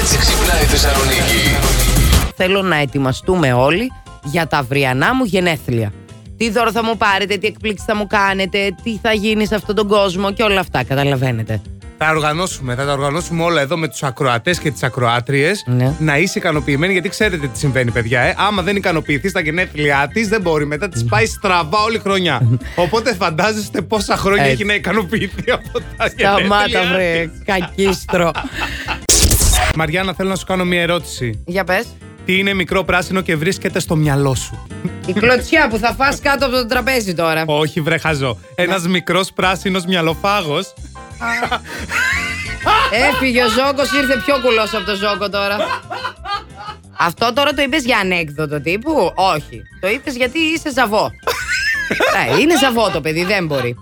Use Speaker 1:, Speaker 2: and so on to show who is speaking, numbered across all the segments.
Speaker 1: έτσι ξυπνάει η Θεσσαλονίκη.
Speaker 2: Θέλω να ετοιμαστούμε όλοι για τα αυριανά μου γενέθλια. Τι δώρο θα μου πάρετε, τι εκπλήξεις θα μου κάνετε, τι θα γίνει σε αυτόν τον κόσμο και όλα αυτά, καταλαβαίνετε.
Speaker 3: Θα οργανώσουμε, θα τα οργανώσουμε όλα εδώ με τους ακροατές και τις ακροάτριες.
Speaker 2: Ναι.
Speaker 3: Να είσαι ικανοποιημένη, γιατί ξέρετε τι συμβαίνει, παιδιά. Ε. Άμα δεν ικανοποιηθείς στα γενέθλιά της, δεν μπορεί. Μετά τη πάει στραβά όλη χρονιά. Οπότε φαντάζεστε πόσα χρόνια
Speaker 2: Έτσι.
Speaker 3: έχει να ικανοποιηθεί από τα
Speaker 2: Σταμάτα
Speaker 3: γενέθλιά.
Speaker 2: βρε, κακίστρο.
Speaker 3: Μαριάννα, θέλω να σου κάνω μια ερώτηση.
Speaker 2: για πες.
Speaker 3: Τι είναι μικρό πράσινο και βρίσκεται στο μυαλό σου.
Speaker 2: Η κλωτσιά που θα φας κάτω από το τραπέζι τώρα.
Speaker 3: Όχι, βρεχαζό.
Speaker 2: Ναι.
Speaker 3: Ένας μικρός πράσινος μυαλοφάγος.
Speaker 2: Έφυγε ο Ζόκος, ήρθε πιο κουλός από το Ζόκο τώρα. Αυτό τώρα το είπες για ανέκδοτο τύπου. Όχι. Το είπες γιατί είσαι ζαβό. Ε, είναι ζαβό το παιδί, δεν μπορεί.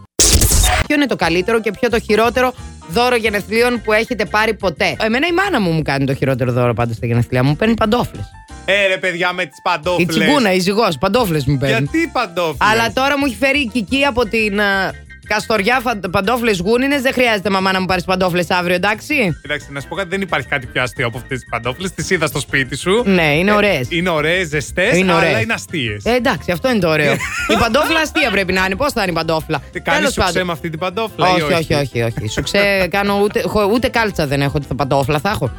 Speaker 2: Ποιο είναι το καλύτερο και ποιο το χειρότερο δώρο γενεθλίων που έχετε πάρει ποτέ. Εμένα η μάνα μου μου κάνει το χειρότερο δώρο πάντως στα γενεθλιά μου. Παίρνει παντόφλες.
Speaker 3: Ε, ρε, παιδιά, με τις
Speaker 2: Η
Speaker 3: παντόφλε.
Speaker 2: τσιγκούνα, η ζυγός, παντόφλες μου παίρνει.
Speaker 3: Γιατί παντόφλες.
Speaker 2: Αλλά τώρα μου έχει φέρει η Κική από την α, Καστοριά παντόφλες γούνινες. Δεν χρειάζεται μαμά να μου πάρεις παντόφλες αύριο, εντάξει.
Speaker 3: Κοιτάξτε, να σου πω κάτι, δεν υπάρχει κάτι πιο αστείο από αυτές τις παντόφλες. Τις είδα στο σπίτι σου. Ε,
Speaker 2: Ναι, είναι ωραίες.
Speaker 3: Είναι ωραίες, ζεστές,
Speaker 2: Είναι
Speaker 3: Ε, αλλά
Speaker 2: ωραίες.
Speaker 3: είναι αστείες.
Speaker 2: Ε, εντάξει, αυτό είναι το ωραίο. η παντόφλα αστεία πρέπει να είναι. Πώς θα είναι η παντόφλα.
Speaker 3: Κάνεις
Speaker 2: Τέλος
Speaker 3: σου
Speaker 2: πάντων.
Speaker 3: με αυτή την παντόφλα, ή
Speaker 2: Όχι, όχι, όχι, όχι, όχι. Σου ξέ, κάνω ούτε, χω- ούτε κάλτσα δεν έχω, ούτε παντόφλα θα έχω.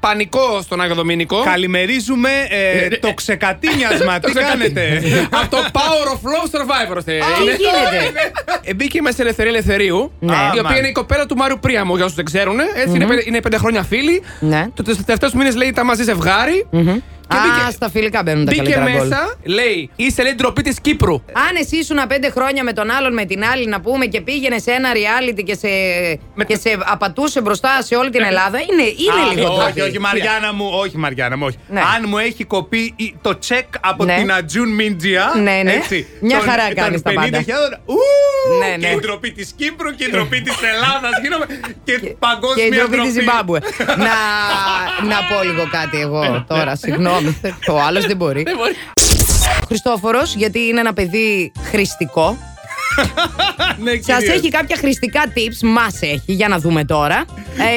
Speaker 4: Πανικό στον Άγιο Δομήνικο.
Speaker 3: Καλημερίζουμε ε, το ξεκατίνιασμα. Τι κάνετε.
Speaker 4: Από το Power of Love Survivor. θε.
Speaker 2: Τι
Speaker 4: Είναι-
Speaker 2: γίνεται.
Speaker 4: Ε, Μπήκε μέσα η Ελευθερία Ελευθερίου.
Speaker 2: Ναι.
Speaker 4: Η οποία
Speaker 3: Αμάν.
Speaker 4: είναι η κοπέλα του Μάριου Πρίαμου, για όσους δεν ξέρουν. Έτσι είναι, πέντε- είναι πέντε χρόνια φίλοι.
Speaker 2: Ναι.
Speaker 4: Τους τελευταίους μήνες λέει ήταν μαζί ζευγάρι. Και
Speaker 2: Α,
Speaker 4: μπήκε-
Speaker 2: στα φιλικά μπαίνουν τα
Speaker 4: Μπήκε
Speaker 2: καλύτερα γκολ.
Speaker 4: μέσα, λέει, είσαι λέει ντροπή της Κύπρου.
Speaker 2: Αν εσύ ήσουν πέντε χρόνια με τον άλλον, με την άλλη, να πούμε και πήγαινε σε ένα reality και σε,
Speaker 4: Με-
Speaker 2: και σε απατούσε μπροστά σε όλη την Ελλάδα, είναι, είναι
Speaker 3: Ε, Α,
Speaker 2: λίγο
Speaker 3: όχι,
Speaker 2: ντροπή.
Speaker 3: όχι, Μαριάννα μου, όχι, Μαριάννα μου, όχι.
Speaker 2: Ναι.
Speaker 3: Αν μου έχει κοπεί η- το τσεκ από
Speaker 2: Ναι.
Speaker 3: την Ατζούν Μίντζια.
Speaker 2: Ναι, ναι.
Speaker 3: Έτσι,
Speaker 2: Μια
Speaker 3: των-
Speaker 2: χαρά
Speaker 3: των
Speaker 2: κάνεις τα
Speaker 3: 50.000, ου,
Speaker 2: Ναι, ναι.
Speaker 3: Και η ντροπή της Κύπρου και η ντροπή της Ελλάδας. Γίνομαι και
Speaker 2: Και
Speaker 3: παγκόσμια
Speaker 2: η ντροπή της Ζιμπάμπουε. να, να πω λίγο κάτι
Speaker 3: Ε,
Speaker 2: εγώ
Speaker 3: ναι.
Speaker 2: τώρα. Συγγνώμη. Ο άλλος δεν μπορεί.
Speaker 4: Δεν μπορεί.
Speaker 2: Χριστόφορος, γιατί είναι ένα παιδί χρηστικό.
Speaker 3: Ναι,
Speaker 2: Σας
Speaker 3: κυρίως.
Speaker 2: έχει κάποια χρηστικά tips, μας έχει, για να δούμε τώρα.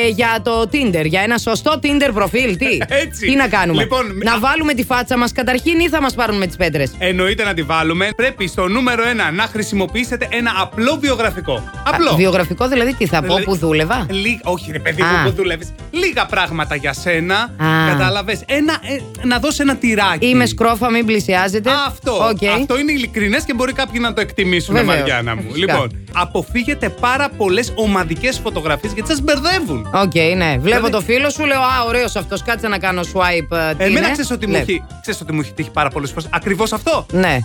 Speaker 2: ε, για το Tinder, για ένα σωστό Tinder προφίλ. Τι,
Speaker 3: Έτσι.
Speaker 2: τι να κάνουμε.
Speaker 3: Λοιπόν,
Speaker 2: να βάλουμε τη φάτσα μας καταρχήν ή θα μας πάρουν με τις πέτρες.
Speaker 3: Εννοείται να τη βάλουμε. Πρέπει στο νούμερο 1 να χρησιμοποιήσετε ένα απλό βιογραφικό. Απλό.
Speaker 2: Βιογραφικό δηλαδή, τι θα πω,
Speaker 3: Δηλαδή,
Speaker 2: που δούλευα.
Speaker 3: Λί... Όχι, ρε παιδί
Speaker 2: Α.
Speaker 3: μου που δουλεύει. Λίγα πράγματα για σένα.
Speaker 2: Α.
Speaker 3: Κατάλαβες. Ένα... ε, να δώσει ένα τυράκι.
Speaker 2: Είμαι σκρόφα, μην πλησιάζετε.
Speaker 3: Αυτό.
Speaker 2: Οκ.
Speaker 3: Αυτό είναι ειλικρινές και μπορεί κάποιοι να το εκτιμήσουν,
Speaker 2: Βεβαίως.
Speaker 3: Μαριάννα μου.
Speaker 2: Φυσικά.
Speaker 3: Λοιπόν, αποφύγετε πάρα πολλές ομαδικές φωτογραφίες γιατί σας μπερδεύουν.
Speaker 2: Οκ, ναι.
Speaker 3: Δηλαδή-
Speaker 2: Βλέπω το φίλο σου, λέω Α, ωραίος αυτός. Κάτσε να κάνω swipe. ε, τι
Speaker 3: Εμένα
Speaker 2: είναι».
Speaker 3: ξέρεις ότι, μου
Speaker 2: Ναι.
Speaker 3: έχει- ξέρεις ότι μου έχει τύχει πάρα πολλές φορές. Ακριβώς αυτό.
Speaker 2: Ναι.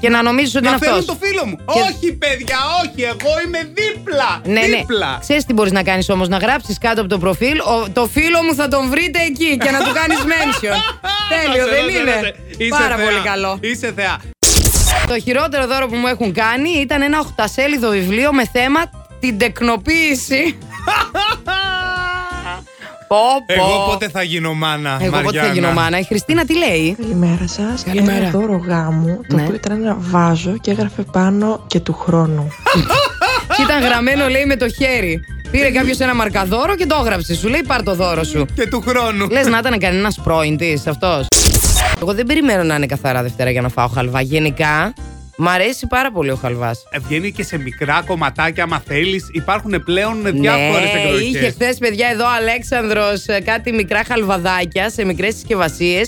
Speaker 2: Και να νομίζεις ότι
Speaker 3: Να
Speaker 2: είναι
Speaker 3: φέρουν
Speaker 2: αυτός.
Speaker 3: το φίλο μου. Όχι, παιδιά, όχι. Εγώ είμαι δίπλα.
Speaker 2: Ναι, ναι.
Speaker 3: δίπλα.
Speaker 2: Ξέρεις τι μπορείς να κάνεις όμως, να γράψεις κάτω από το προφίλ. «Ο- το φίλο μου θα τον βρείτε εκεί και να του κάνεις mention. Τέλειο,
Speaker 3: Σε
Speaker 2: δεν
Speaker 3: ρώτα,
Speaker 2: είναι.
Speaker 3: ρώτα. ναι, Είσαι
Speaker 2: Πάρα
Speaker 3: θεά.
Speaker 2: πολύ καλό.
Speaker 3: Είσαι θεά.
Speaker 2: Το χειρότερο δώρο που μου έχουν κάνει ήταν ένα οχτασέλιδο βιβλίο με θέμα την τεκνοποίηση. Πω, πω.
Speaker 3: Εγώ πότε θα γίνω μάνα.
Speaker 2: Εγώ πότε θα
Speaker 3: Μαριάννα.
Speaker 2: γίνω μάνα. Η Χριστίνα τι λέει.
Speaker 5: Καλημέρα σας.
Speaker 2: Καλημέρα.
Speaker 5: Ένα δώρο γάμου, το
Speaker 2: Ναι.
Speaker 5: οποίο ήταν ένα βάζο και έγραφε πάνω και του χρόνου.
Speaker 2: Και ήταν γραμμένο, λέει, με το χέρι. Πήρε κάποιος ένα μαρκαδόρο και το έγραψε. Σου λέει, πάρ το δώρο σου.
Speaker 3: Και του χρόνου.
Speaker 2: Λες να ήταν κανένας πρώην της αυτός. Εγώ δεν περιμένω να είναι καθαρά Δευτέρα για να φάω χαλβά. Γενικά, μ' αρέσει πάρα πολύ ο χαλβάς.
Speaker 3: Ε, Βγαίνει και σε μικρά κομματάκια, άμα θέλεις. Υπάρχουν πλέον διάφορες εκδοχέ.
Speaker 2: Ναι, είχε χθες παιδιά εδώ ο Αλέξανδρος ε, κάτι μικρά χαλβαδάκια σε μικρές συσκευασίες.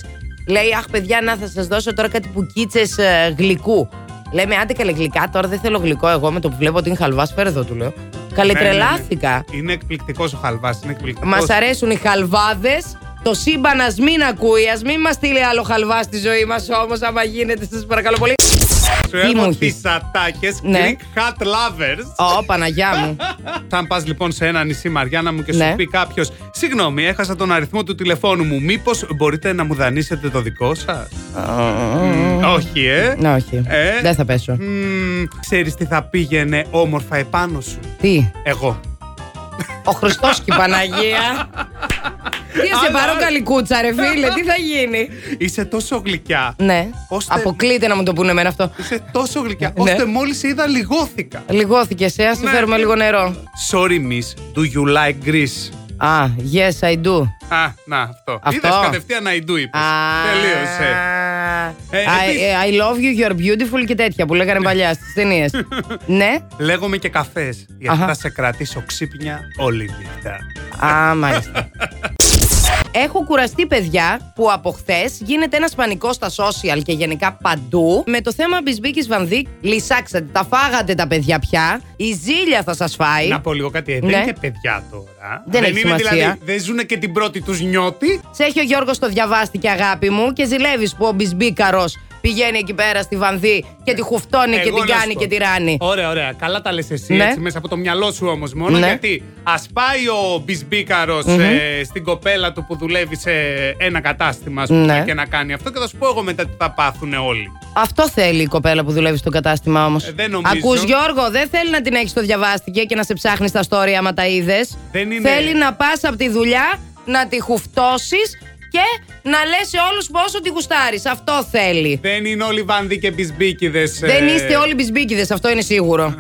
Speaker 2: Λέει, Αχ, παιδιά, να θα σας δώσω τώρα κάτι πουκίτσες γλυκού. Λέμε, άντε καλέ γλυκά, τώρα δεν θέλω γλυκό. Εγώ με το που βλέπω ότι είναι χαλβάς, φέρε εδώ, του λέω. Καλετρελάθηκα.
Speaker 3: Ναι, Είναι εκπληκτικός ο χαλβάς. Είναι εκπληκτικός.
Speaker 2: Μας αρέσουν οι χαλβάδες. Το σύμπαν ας μην ακούει, ας μην μας στείλει άλλο χαλβάς στη ζωή μας όμως, άμα γίνεται, σας παρακαλώ πολύ.
Speaker 3: Σου
Speaker 2: τι μου
Speaker 3: έχω
Speaker 2: έχεις?
Speaker 3: τι ατάκες
Speaker 2: Ναι.
Speaker 3: Greek Hat Lovers.
Speaker 2: Ω, Παναγιά μου.
Speaker 3: Αν πας λοιπόν σε ένα νησί, Μαριάννα μου, και σου
Speaker 2: Ναι.
Speaker 3: πει κάποιος, Συγγνώμη, έχασα τον αριθμό του τηλεφώνου μου. Μήπως μπορείτε να μου δανείσετε το δικό σας. Όχι, ε.
Speaker 2: Ναι, όχι.
Speaker 3: Ε.
Speaker 2: Δεν θα πέσω.
Speaker 3: Ξέρεις τι θα πήγαινε όμορφα επάνω σου.
Speaker 2: Τι.
Speaker 3: Εγώ.
Speaker 2: Ο Χριστός και η Παναγία. Τι να σε
Speaker 3: Αλλά-
Speaker 2: πάρω καλή κούτσα, ρε φίλε, τι θα γίνει.
Speaker 3: Είσαι τόσο γλυκιά.
Speaker 2: Ναι.
Speaker 3: Ώστε-
Speaker 2: Αποκλείται να μου το πούνε εμένα αυτό.
Speaker 3: Είσαι τόσο γλυκιά.
Speaker 2: Ναι.
Speaker 3: Ώστε μόλις σε είδα, λιγώθηκα.
Speaker 2: Λιγώθηκε, ε, ας
Speaker 3: Ναι.
Speaker 2: φέρουμε λίγο νερό.
Speaker 3: Sorry, miss. Do you like Greece?
Speaker 2: Α, yes, I do.
Speaker 3: Α, να, αυτό.
Speaker 2: Αυτό.
Speaker 3: Είδες κατευθείαν I do είπες.
Speaker 2: Α,
Speaker 3: Τελείωσε. Ε,
Speaker 2: I,
Speaker 3: επίσης-
Speaker 2: I love you, you're beautiful και τέτοια που λέγανε παλιά στις ταινίες. ναι.
Speaker 3: Λέγομαι και καφές, γιατί
Speaker 2: Αχα.
Speaker 3: θα σε κρατήσω ξύπνια όλη νύχτα.
Speaker 2: Α, μάλιστα. Έχω κουραστεί, παιδιά, που από χθες γίνεται ένας πανικός στα social και γενικά παντού με το θέμα Μπισμπίκης Βανδί. Λυσάξατε, τα φάγατε τα παιδιά πια. Η ζήλια θα σας φάει.
Speaker 3: Να πω λίγο κάτι, ε, δεν
Speaker 2: Ναι.
Speaker 3: είναι παιδιά τώρα.
Speaker 2: Δεν έχει
Speaker 3: είναι
Speaker 2: σημασία.
Speaker 3: δηλαδή, δεν ζουν και την πρώτη τους νιώτη.
Speaker 2: Σε έχει ο Γιώργος το διαβάστηκε, αγάπη μου, και ζηλεύεις που ο Μπισμπίκαρος πηγαίνει εκεί πέρα στη Βανδί και τη χουφτώνει και
Speaker 3: Εγώ
Speaker 2: την
Speaker 3: να σου
Speaker 2: κάνει
Speaker 3: πω.
Speaker 2: και τη ράνει.
Speaker 3: Ωραία, ωραία. Καλά τα λες εσύ
Speaker 2: Ναι.
Speaker 3: έτσι, μέσα από το μυαλό σου όμως μόνο.
Speaker 2: Ναι.
Speaker 3: Γιατί ας πάει ο μπισμπικαρος ε, στην κοπέλα του που δουλεύει σε ένα κατάστημα ας πούμε,
Speaker 2: Ναι.
Speaker 3: και να κάνει αυτό και θα σου πω εγώ μετά τι θα πάθουν όλοι.
Speaker 2: Αυτό θέλει η κοπέλα που δουλεύει στο κατάστημα όμως.
Speaker 3: Ε, δεν νομίζω.
Speaker 2: Ακούς, Γιώργο, δεν θέλει να την έχεις το διαβάστηκε και να σε ψάχνει τα story άμα τα είδες.
Speaker 3: Δεν είναι-
Speaker 2: Θέλει να πας από τη δουλειά, να τη χουφτώσεις και να λες σε όλους πόσο τη γουστάρεις. Αυτό θέλει.
Speaker 3: Δεν είναι όλοι βανδί και ε. μπισμπίκιδε.
Speaker 2: Δεν είστε όλοι μπισμπίκιδες, αυτό είναι
Speaker 3: Ε,
Speaker 2: σίγουρο.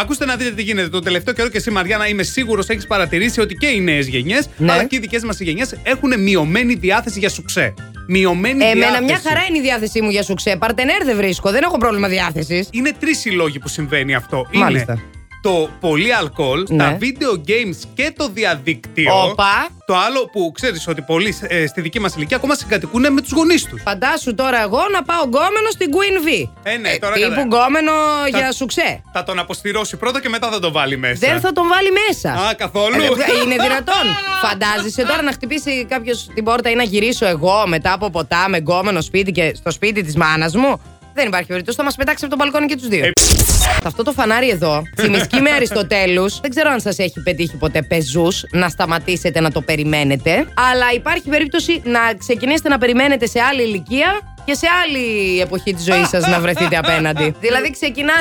Speaker 3: Ακούστε να δείτε τι γίνεται. Το τελευταίο καιρό και εσύ, Μαριάννα, είμαι σίγουρος έχεις παρατηρήσει ότι και οι νέες γενιές,
Speaker 2: Ναι.
Speaker 3: αλλά και οι δικές μας γενιές έχουν μειωμένη διάθεση για σουξέ. Μειωμένη
Speaker 2: Εμένα
Speaker 3: διάθεση.
Speaker 2: μια χαρά είναι η διάθεσή μου για σου ξέ. Παρτενέρ δεν βρίσκω, δεν έχω πρόβλημα διάθεσης.
Speaker 3: Είναι τρεις οι λόγοι που συμβαίνει αυτό.
Speaker 2: Μάλιστα.
Speaker 3: Είναι το πολύ αλκοόλ,
Speaker 2: Ναι.
Speaker 3: τα video games και το διαδίκτυο.
Speaker 2: Όπα.
Speaker 3: Το άλλο που ξέρεις ότι πολλοί ε, στη δική μας ηλικία ακόμα συγκατοικούν με τους γονείς τους.
Speaker 2: Φαντάσου τώρα εγώ να πάω γκόμενο στην Queen V.
Speaker 3: Ε, ναι, τώρα
Speaker 2: τύπου
Speaker 3: κατάλαβα.
Speaker 2: γκόμενο
Speaker 3: Θα-
Speaker 2: για σου ξέ.
Speaker 3: Θα τον αποστηρώσει πρώτα και μετά θα τον βάλει μέσα.
Speaker 2: Δεν θα τον βάλει μέσα.
Speaker 3: Α, καθόλου.
Speaker 2: Ε, δε- Είναι δυνατόν. Φαντάζεσαι τώρα να χτυπήσει κάποιος την πόρτα ή να γυρίσω εγώ μετά από ποτά με γκόμενο σπίτι και στο σπίτι της μάνας μου. Δεν υπάρχει περίπτωση. Θα μας πετάξει από τον μπαλκόνι και τους δύο.
Speaker 3: Ε,
Speaker 2: Σε αυτό το φανάρι εδώ, τσιμισκή με Αριστοτέλους, δεν ξέρω αν σας έχει πετύχει ποτέ πεζούς να σταματήσετε να το περιμένετε. Αλλά υπάρχει περίπτωση να ξεκινήσετε να περιμένετε σε άλλη ηλικία και σε άλλη εποχή της ζωής σας να βρεθείτε απέναντι. δηλαδή, ξεκινάς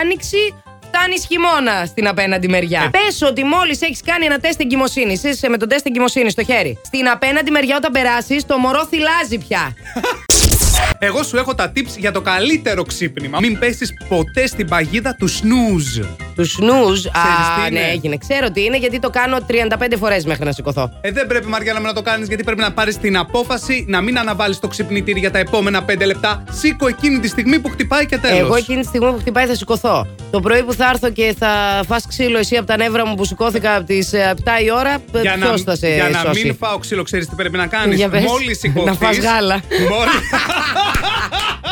Speaker 2: άνοιξη, φτάνεις χειμώνα στην απέναντι μεριά. Πες ότι μόλις έχεις κάνει ένα τεστ εγκυμοσύνης, είσαι με τον τεστ εγκυμοσύνης στο χέρι. Στην απέναντι μεριά, όταν περάσεις, το μωρό θυλάζει πια.
Speaker 3: Εγώ σου έχω τα tips για το καλύτερο ξύπνημα. Μην πέσεις ποτέ στην παγίδα του snooze.
Speaker 2: Του snooze.
Speaker 3: τι
Speaker 2: Α,
Speaker 3: είναι?
Speaker 2: ναι, έγινε. Ξέρω τι είναι γιατί το κάνω 35 φορές μέχρι να σηκωθώ.
Speaker 3: Ε, δεν πρέπει, Μαριάννα, μου, να το κάνεις γιατί πρέπει να πάρεις την απόφαση να μην αναβάλεις το ξυπνητήρι για τα επόμενα 5 λεπτά. Σήκω εκείνη τη στιγμή που χτυπάει και τέλος.
Speaker 2: Εγώ εκείνη τη στιγμή που χτυπάει θα σηκωθώ. Το πρωί που θα έρθω και θα φας ξύλο εσύ από τα νεύρα μου που σηκώθηκα από τις 7 η ώρα,
Speaker 3: για να,
Speaker 2: ποιος θα σε
Speaker 3: για να
Speaker 2: σώσει.
Speaker 3: μην φάω ξύλο, ξέρεις τι πρέπει να κάνεις.
Speaker 2: Για πες.
Speaker 3: Μόλις σηκωθεί.
Speaker 2: Να φας γάλα.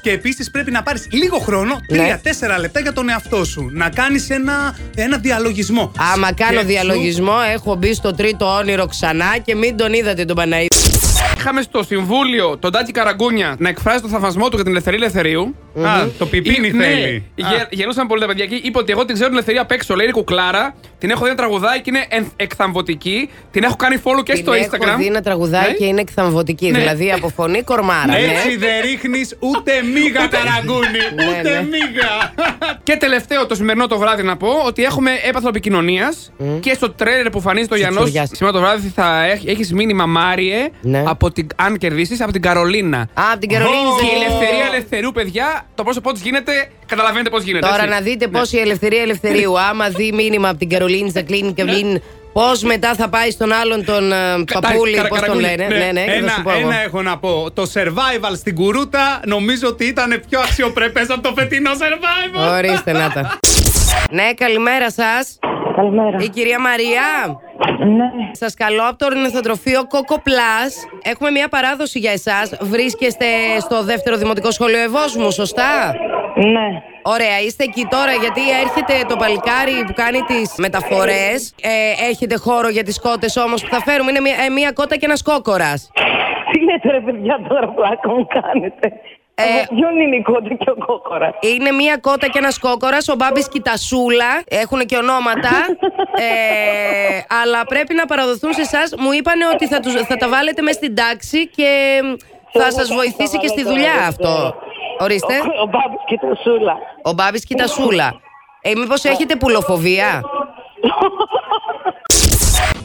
Speaker 3: Και επίσης πρέπει να πάρεις λίγο χρόνο, 3-4
Speaker 2: Ναι.
Speaker 3: λεπτά για τον εαυτό σου. Να κάνεις ένα, ένα διαλογισμό.
Speaker 2: Άμα κάνω
Speaker 3: Σκέψου-
Speaker 2: διαλογισμό, έχω μπει στο τρίτο όνειρο ξανά και μην τον είδατε τον Παναή.
Speaker 4: Είχαμε στο συμβούλιο τον Τάκη Καραγκούνια να εκφράζει τον θαυμασμό του για την ελευθερία ελευθερίου.
Speaker 3: Α, το πιπίνι
Speaker 4: Ή-
Speaker 3: θέλει.
Speaker 4: Ναι,
Speaker 3: Α.
Speaker 4: γε- γελούσαν πολύ τα παιδιά εκεί. Είπε ότι εγώ την ξέρω την ελευθερία απ' έξω. Λέει είναι κουκλάρα. Την έχω δει να τραγουδάει και είναι ενθ- εκθαμβωτική. Την έχω κάνει follow και στο Instagram.
Speaker 2: Έχω δει να τραγουδάει
Speaker 4: Ναι.
Speaker 2: και είναι εκθαμβωτική.
Speaker 4: Ναι.
Speaker 2: Δηλαδή από φωνή κορμάρα. ναι.
Speaker 3: Έτσι δεν ρίχνεις ούτε μίγα ταραγκούνι.
Speaker 2: Ναι, ναι.
Speaker 3: Ούτε μίγα.
Speaker 4: Και τελευταίο το σημερινό το βράδυ να πω ότι έχουμε έπαθλο επικοινωνίας και στο τρέλερ που φανεί το Γιάννος.
Speaker 2: τσουριάς.
Speaker 4: Σήμερα το βράδυ θα έχεις μήνυμα Μάριε
Speaker 2: Ναι.
Speaker 4: από την, αν κερδίσεις από την Καρολίνα.
Speaker 2: Α, από την Καρολίνη.
Speaker 4: Και η
Speaker 2: Ζήλη.
Speaker 4: ελευθερία ελευθερού, παιδιά, το πρόσωπό της γίνεται. Καταλαβαίνετε πώς γίνεται.
Speaker 2: Τώρα
Speaker 4: έτσι.
Speaker 2: να δείτε πώς η ελευθερία ελευθερίου. Άμα δει μήνυμα από την Καρολίνη στα κλείνει και μην. Πώς μετά θα πάει στον άλλον τον ε,
Speaker 4: Κα-
Speaker 2: παππούλη,
Speaker 4: καρα-
Speaker 2: πώς τον
Speaker 4: καραγκούνι.
Speaker 2: λένε. Ναι, ναι, και θα
Speaker 3: ένα,
Speaker 2: σου πω εγώ.
Speaker 3: ένα έχω να πω. Το survival στην κουρούτα νομίζω ότι ήταν πιο αξιοπρεπές από το φετινό survival.
Speaker 2: Ορίστε, να τα. Ναι, καλημέρα σας.
Speaker 6: Καλημέρα.
Speaker 2: Η κυρία Μαρία.
Speaker 6: Ναι.
Speaker 2: Σας καλώ από το ορνηθοτροφείο Coco Plus. Έχουμε μια παράδοση για εσάς. Βρίσκεστε στο δεύτερο δημοτικό σχολείο Ευόσμου, σωστά.
Speaker 6: Ναι.
Speaker 2: Ωραία, είστε εκεί τώρα γιατί έρχεται το παλικάρι που κάνει τις μεταφορές. Ε, έχετε χώρο για τις κότες όμως που θα φέρουμε. Είναι μία, ε, μία κότα και ένας κόκορας.
Speaker 6: Τι λέτε ρε παιδιά τώρα πλάκα μου κάνετε.
Speaker 2: Ε,
Speaker 6: Ε... Ποιον είναι η κότα και ο κόκορας.
Speaker 2: Είναι μία κότα και ένας κόκορας. Ο Μπάμπης και η Τασούλα έχουν και ονόματα. ε, αλλά πρέπει να παραδοθούν σε εσάς. Μου είπανε ότι θα, τους, θα τα βάλετε μέσα στην τάξη και θα σα βοηθήσει και στη δουλειά αυτό. Ορίστε.
Speaker 6: Ο, ο Μπάμπης και η Τασούλα.
Speaker 2: Ο Μπάμπης και η Τασούλα. Ε, Μήπως έχετε πουλοφοβία.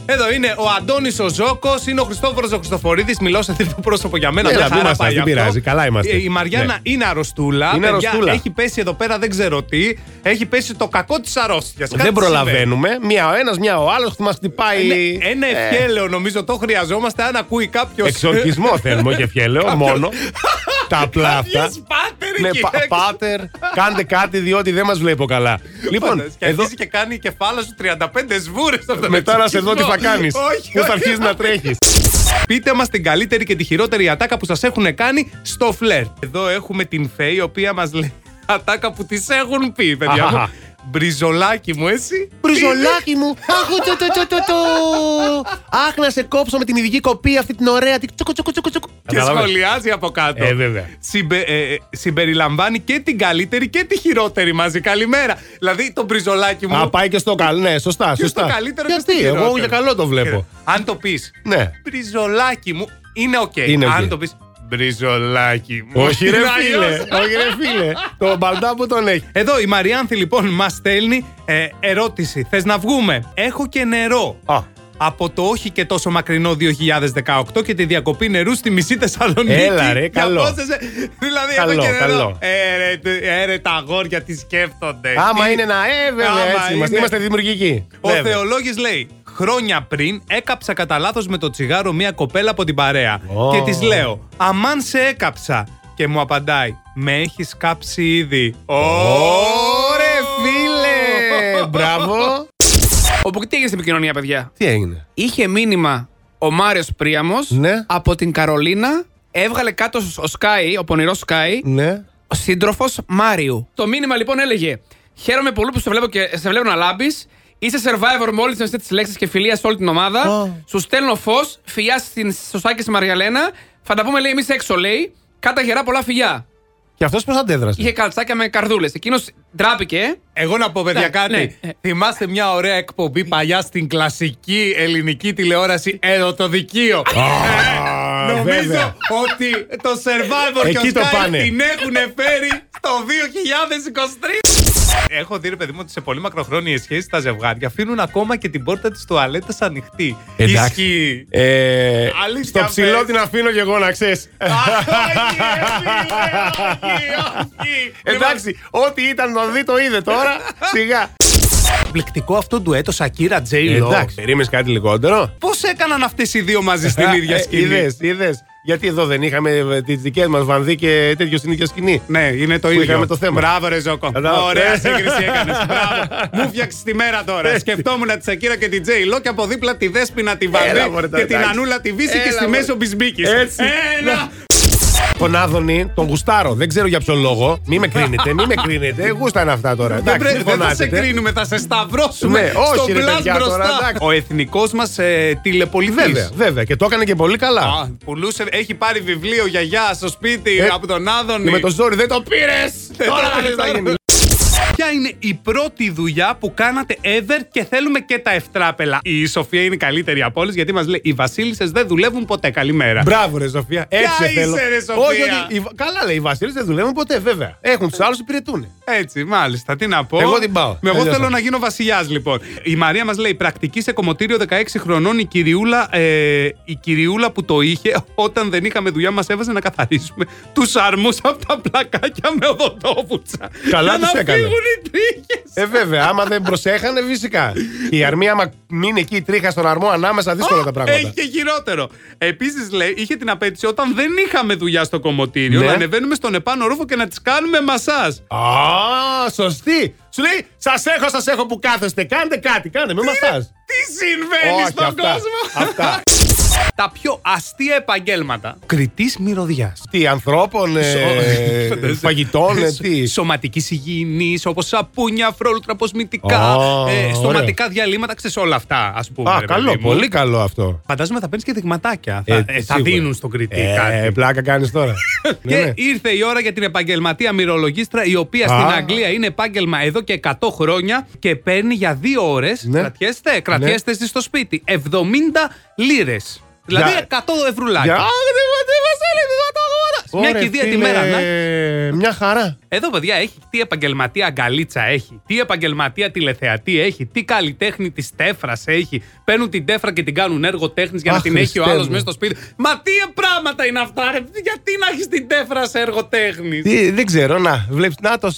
Speaker 3: Εδώ είναι ο Αντώνης ο Ζώκος, είναι ο Χριστόφορος ο Χριστοφορίδης. Μιλάω σε τρίτο πρόσωπο για μένα.
Speaker 7: Έλα,
Speaker 3: μια
Speaker 7: πού
Speaker 3: χαρά
Speaker 7: ήμασταν,
Speaker 3: πάει
Speaker 7: Ναι, δεν
Speaker 3: αυτό.
Speaker 7: πειράζει, καλά είμαστε.
Speaker 3: Ε, Η Μαριάννα
Speaker 7: Ναι.
Speaker 3: είναι αρρωστούλα.
Speaker 7: Είναι
Speaker 3: Παιδιά,
Speaker 7: αρρωστούλα.
Speaker 3: Έχει πέσει εδώ πέρα, δεν ξέρω τι. Έχει πέσει το κακό της αρρώστιας.
Speaker 7: Δεν προλαβαίνουμε. Μία ο ένας, μία ο άλλος. Μας χτυπάει.
Speaker 3: Ένα
Speaker 7: Ε,
Speaker 3: ευχέλαιο νομίζω το χρειαζόμαστε αν ακούει ε, κάποιος.
Speaker 7: Εξορκισμό θέλουμε, όχι ευχέλαιο, μόνο. Τα απλά αυτά.
Speaker 3: Σπάτερ
Speaker 7: Ναι,
Speaker 3: εκεί
Speaker 7: πα-
Speaker 3: έξω.
Speaker 7: πάτερ, κάντε κάτι διότι δεν μας βλέπω καλά. Λοιπόν,
Speaker 3: Φαντάζεσαι, και
Speaker 7: εδώ,
Speaker 3: αρχίζει και κάνει η κεφάλα σου 35 σβούρες από τον
Speaker 7: μετά να σε δω
Speaker 3: εξορκισμό.
Speaker 7: τι θα κάνεις.
Speaker 3: Όχι,
Speaker 7: Πού
Speaker 3: όχι.
Speaker 7: θα αρχίσει να τρέχεις.
Speaker 3: Πείτε μας την καλύτερη και τη χειρότερη ατάκα που σας έχουν κάνει στο φλερ. Εδώ έχουμε την Φέη, η οποία μας λέει ατάκα που της έχουν πει, παιδιά μου.
Speaker 7: Αχα.
Speaker 3: Μπριζολάκι μου, εσύ.
Speaker 7: Μπριζολάκι μου! Αχ, το, το, το, το, το. Αχ, να σε κόψω με την ειδική κοπή αυτή την ωραία. τη- Τσουκου, τσουκου, τσουκου, τσουκου.
Speaker 3: Και
Speaker 7: Καταλάβες.
Speaker 3: σχολιάζει από κάτω.
Speaker 7: Ε, βέβαια.
Speaker 3: Συμπε- ε, ε, συμπεριλαμβάνει και την καλύτερη και τη χειρότερη μαζί. Καλημέρα. Δηλαδή το μπριζολάκι μου.
Speaker 7: Α, πάει και στο καλό. Ναι, σωστά,
Speaker 3: και
Speaker 7: σωστά.
Speaker 3: στο καλύτερο και στο
Speaker 7: Γιατί,
Speaker 3: χειρότερο.
Speaker 7: εγώ για καλό το βλέπω.
Speaker 3: Ε, Αν το πεις.
Speaker 7: Ναι.
Speaker 3: Μπριζολάκι μου είναι οκ.
Speaker 7: Είναι οκ.
Speaker 3: Ε, Αν το πεις. Μπριζολάκι μου.
Speaker 7: Όχι ρε
Speaker 3: είναι
Speaker 7: φίλε,
Speaker 3: αλλιώς.
Speaker 7: όχι ρε φίλε. Το μπαλτά που τον έχει.
Speaker 3: Εδώ η Μαριάνθη λοιπόν μας στέλνει ε, ερώτηση. Θες να βγούμε. Έχω και νερό.
Speaker 7: Α.
Speaker 3: Από το όχι και τόσο μακρινό 2018 και τη διακοπή νερού στη μισή Θεσσαλονίκη.
Speaker 7: Έλα, ρε,
Speaker 3: Για
Speaker 7: καλό.
Speaker 3: πόσες ε- Δηλαδή,
Speaker 7: Καλό,
Speaker 3: έχω και νερό.
Speaker 7: καλό.
Speaker 3: Ε, ρε, τε- ε, ρε, τα αγόρια τι σκέφτονται.
Speaker 7: Άμα
Speaker 3: Τι-
Speaker 7: είναι να ε, βέβαια,
Speaker 3: Άμα
Speaker 7: έτσι είμαστε.
Speaker 3: είναι.
Speaker 7: Είμαστε δημιουργικοί.
Speaker 3: Ο
Speaker 7: Βέβαια.
Speaker 3: Θεολόγης λέει: Χρόνια πριν έκαψα κατά λάθος με το τσιγάρο μία κοπέλα από την παρέα.
Speaker 7: Ω.
Speaker 3: Και της λέω: Αμάν σε έκαψα. Και μου απαντάει: Με έχεις κάψει ήδη.
Speaker 7: Ωρε
Speaker 3: Ωρε
Speaker 7: φίλε! Μπράβο!
Speaker 4: Όπου τι έγινε στην επικοινωνία, παιδιά.
Speaker 7: Τι έγινε.
Speaker 4: Είχε μήνυμα ο Μάριος Πρίαμος
Speaker 7: Ναι.
Speaker 4: από την Καρολίνα. Έβγαλε κάτω σ- ο Σκάι, ο πονηρός Σκάι,
Speaker 3: Ε,
Speaker 7: Ναι.
Speaker 4: ο σύντροφος Μάριου. Το μήνυμα λοιπόν έλεγε: Χαίρομαι πολύ που σε βλέπω, και, σε βλέπω να λάμπεις. Είσαι survivor με όλες τις λέξεις και φιλία σε όλη την ομάδα.
Speaker 7: Ω.
Speaker 4: Σου στέλνω φως, φιλιά στην Σωσάκη στη Μαριαλένα. Θα τα πούμε, λέει, εμείς έξω, λέει. Κάτα γερά πολλά φιλιά.
Speaker 7: Και αυτός πώς αντέδρασε.
Speaker 4: Είχε καλτσάκια με καρδούλες. Εκείνος τράπηκε.
Speaker 3: Εγώ να πω, παιδιά,
Speaker 4: Ναι,
Speaker 3: κάτι.
Speaker 4: ναι.
Speaker 3: Θυμάστε μια ωραία εκπομπή παλιά στην κλασική ελληνική τηλεόραση Ερωτοδικείο.
Speaker 7: Α,
Speaker 3: ε, Νομίζω
Speaker 7: βέβαια.
Speaker 3: ότι το Survivor
Speaker 7: Εκεί
Speaker 3: και ο
Speaker 7: το
Speaker 3: Sky
Speaker 7: πάνε.
Speaker 3: την έχουν φέρει στο 2023. Έχω δει, ρε παιδί μου, ότι σε πολύ μακροχρόνιε σχέσει τα ζευγάρια αφήνουν ακόμα και την πόρτα της τουαλέτας ανοιχτή.
Speaker 7: Εντάξει.
Speaker 3: Ισχύει.
Speaker 7: Ε,
Speaker 3: Αλήθεια, Ε,
Speaker 7: στο
Speaker 3: πες.
Speaker 7: ψηλό την αφήνω και εγώ να Ε, ξέρεις.
Speaker 3: Αχ, όχι, ρε φίλε, όχι, όχι.
Speaker 7: Εντάξει, ό,τι ήταν να δει το είδε τώρα. Σιγά.
Speaker 3: Εκπληκτικό αυτό του έτος Ακύρα Τζέιλο.
Speaker 7: Εντάξει, περίμενες κάτι λιγότερο.
Speaker 3: Πώς έκαναν αυτές οι δύο μαζί στην
Speaker 7: Ε,
Speaker 3: ίδια σκηνή.
Speaker 7: Είδες, είδες. Γιατί εδώ δεν είχαμε ε, τις δικές μας βανδί και τέτοιο στην ίδια σκηνή.
Speaker 3: Ναι, είναι το
Speaker 7: Που
Speaker 3: ίδιο.
Speaker 7: είχαμε το θέμα.
Speaker 3: Μπράβο, ρε Ζόκο.
Speaker 7: Κατάλαβα.
Speaker 3: Ωραία σύγκριση έκανες. Μπράβο. Μου φτιάξει τη μέρα τώρα.
Speaker 7: Έτσι.
Speaker 3: Σκεφτόμουν τη Σακύρα και την Τζέι Λό και από δίπλα τη Δέσπινα τη
Speaker 7: Έλα, μωρέ,
Speaker 3: Βαρδί
Speaker 7: τα
Speaker 3: και την
Speaker 7: εντάξει.
Speaker 3: Ανούλα τη Βύση
Speaker 7: Έλα,
Speaker 3: και στη
Speaker 7: μωρέ.
Speaker 3: Μέσο Μπισμπίκης.
Speaker 7: Έτσι. Ναι.
Speaker 3: Έλα.
Speaker 7: Τον Άδωνη, τον γουστάρω. Δεν ξέρω για ποιο λόγο. Μη με κρίνετε, μη με κρίνετε. Γούστα είναι αυτά τώρα.
Speaker 3: Δεν,
Speaker 7: Εντάξει,
Speaker 3: πρέ-
Speaker 7: μην
Speaker 3: δεν θα σε
Speaker 7: φωνάζετε.
Speaker 3: κρίνουμε, θα σε σταυρώσουμε
Speaker 7: Ναι,
Speaker 3: στο
Speaker 7: όχι, ρε,
Speaker 3: μπλας
Speaker 7: παιδιά, τώρα,
Speaker 3: μπροστά.
Speaker 7: εντάξει.
Speaker 3: Ο εθνικός μας ε, τηλεπολιτής.
Speaker 7: Βέβαια, βέβαια. Και το έκανε και πολύ καλά.
Speaker 3: Α, πουλούσε, έχει πάρει βιβλίο γιαγιά στο σπίτι
Speaker 7: Ε,
Speaker 3: από τον Άδωνη.
Speaker 7: Και με το ζόρι δεν το πήρες. Τώρα
Speaker 3: ναι. το
Speaker 7: δεν θα
Speaker 3: πήρες.
Speaker 7: γίνει.
Speaker 3: Ποια είναι η πρώτη δουλειά που κάνατε ever και θέλουμε και τα ευτράπελα. Η Σοφία είναι η καλύτερη από όλες γιατί μας λέει: Οι Βασίλισσες δεν δουλεύουν ποτέ. Καλημέρα.
Speaker 7: Μπράβο, ρε Σοφία. Έτσι σε
Speaker 3: είσαι,
Speaker 7: θέλω.
Speaker 3: ρε, Σοφία.
Speaker 7: Όχι, όχι. οι- Καλά, λέει. Οι Βασίλε δεν δουλεύουν ποτέ, βέβαια. Έχουν τους άλλους υπηρετούν.
Speaker 3: Έτσι, μάλιστα. Τι να πω.
Speaker 7: Εγώ την πάω.
Speaker 3: Με εγώ
Speaker 7: Τελειώσαμε.
Speaker 3: θέλω να γίνω βασιλιάς, λοιπόν. Η Μαρία μας λέει: Πρακτική σε κομμωτήριο 16 χρονών η κυριούλα, ε, η κυριούλα που το είχε όταν δεν είχαμε δουλειά μας έβαζε να καθαρίσουμε τους αρμούς από τα πλακάκια με οδοντόβουτσα.
Speaker 7: Καλά
Speaker 3: Για
Speaker 7: τους
Speaker 3: να
Speaker 7: έκανε.
Speaker 3: φύγουν οι τρίχες.
Speaker 7: Ε, βέβαια, άμα δεν προσέχανε, φυσικά. Η αρμή, άμα μείνει εκεί η τρίχα στον αρμό, ανάμεσα δύσκολα τα πράγματα.
Speaker 3: Έχει και χειρότερο. Επίσης, λέει, είχε την απέτηση όταν δεν είχαμε δουλειά στο κομμωτήριο
Speaker 7: Ναι.
Speaker 3: να ανεβαίνουμε στον επάνω ρούφο και να τις κάνουμε μασά.
Speaker 7: Α, σωστή. Σου λέει, σας έχω, σας έχω που κάθεστε. Κάντε κάτι, κάντε, με μαστά.
Speaker 3: Τι συμβαίνει στον
Speaker 7: αυτά.
Speaker 3: κόσμο.
Speaker 7: αυτά.
Speaker 3: Τα πιο αστεία επαγγέλματα. Κριτής μυρωδιάς.
Speaker 7: Τι, ανθρώπων, ε, φαγητών, ε, τι.
Speaker 3: Σωματικής υγιεινής, όπως σαπούνια, φρόλουτρα, ποσμητικά,
Speaker 7: Α,
Speaker 3: ε,
Speaker 7: ωραία.
Speaker 3: στοματικά διαλύματα, ξέρεις όλα αυτά, ας πούμε.
Speaker 7: Α,
Speaker 3: ρε
Speaker 7: καλό,
Speaker 3: παιδί μου.
Speaker 7: πολύ καλό αυτό.
Speaker 3: Φαντάζομαι θα παίρνεις και δειγματάκια.
Speaker 7: Ε,
Speaker 3: θα, ε, θα
Speaker 7: σίγουρα.
Speaker 3: δίνουν στον κριτή
Speaker 7: Ε,
Speaker 3: κάτι.
Speaker 7: πλάκα κάνεις τώρα. Ναι,
Speaker 3: Και
Speaker 7: ναι.
Speaker 3: ήρθε η ώρα για την επαγγελματία μυρολογίστρα, η οποία στην
Speaker 7: Α.
Speaker 3: Αγγλία είναι επάγγελμα εδώ και 100 χρόνια και παίρνει για δύο ώρες.
Speaker 7: Ναι.
Speaker 3: Κρατιέστε, κρατιέστε εσείς στο σπίτι. 70 λίρες. Δηλαδή
Speaker 7: Για-
Speaker 3: 100 ευρουλάκια.
Speaker 7: Για- Α, δεν
Speaker 3: Μια κηδεία τη μέρα, ναι.
Speaker 7: ναι. Μια χαρά.
Speaker 3: Εδώ, παιδιά, έχει τι επαγγελματία γκαλίτσα έχει, τι επαγγελματία τηλεθεατή έχει, τι καλλιτέχνη της τέφρας έχει. Παίρνουν την τέφρα και την κάνουν έργο τέχνης για να
Speaker 7: Αχ,
Speaker 3: την έχει ο
Speaker 7: Χριστέ
Speaker 3: άλλος
Speaker 7: μου.
Speaker 3: μέσα στο σπίτι. Μα τι πράγματα είναι αυτά, ρε. Γιατί να έχεις την τέφρα σε έργο τέχνης.
Speaker 7: Τι, δεν ξέρω, να. Βλέπεις να το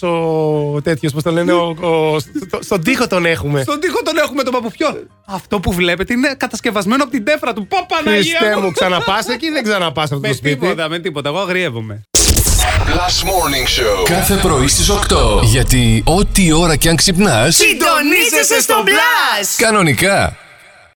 Speaker 7: ο τέτοιος, πώς το λένε. ο- ο- στο- στον τοίχο τον έχουμε.
Speaker 3: Στον τοίχο τον έχουμε τον παπουφιό. Αυτό που βλέπετε είναι κατασκευασμένο από την τέφρα του. Πω
Speaker 7: Χριστέ
Speaker 3: Παναγία
Speaker 7: μου, ξαναπάς εκεί ή δεν ξαναπάς αυτό το
Speaker 3: Με
Speaker 7: σπίτι.
Speaker 3: τίποτα, με τίποτα. Εγώ αγριεύομαι.
Speaker 1: Last Morning Show.
Speaker 8: Κάθε πρωί στις 8. Γιατί ό,τι ώρα κι αν ξυπνάς,
Speaker 2: Συντονίζεσαι στο μπλα!
Speaker 8: κανονικά.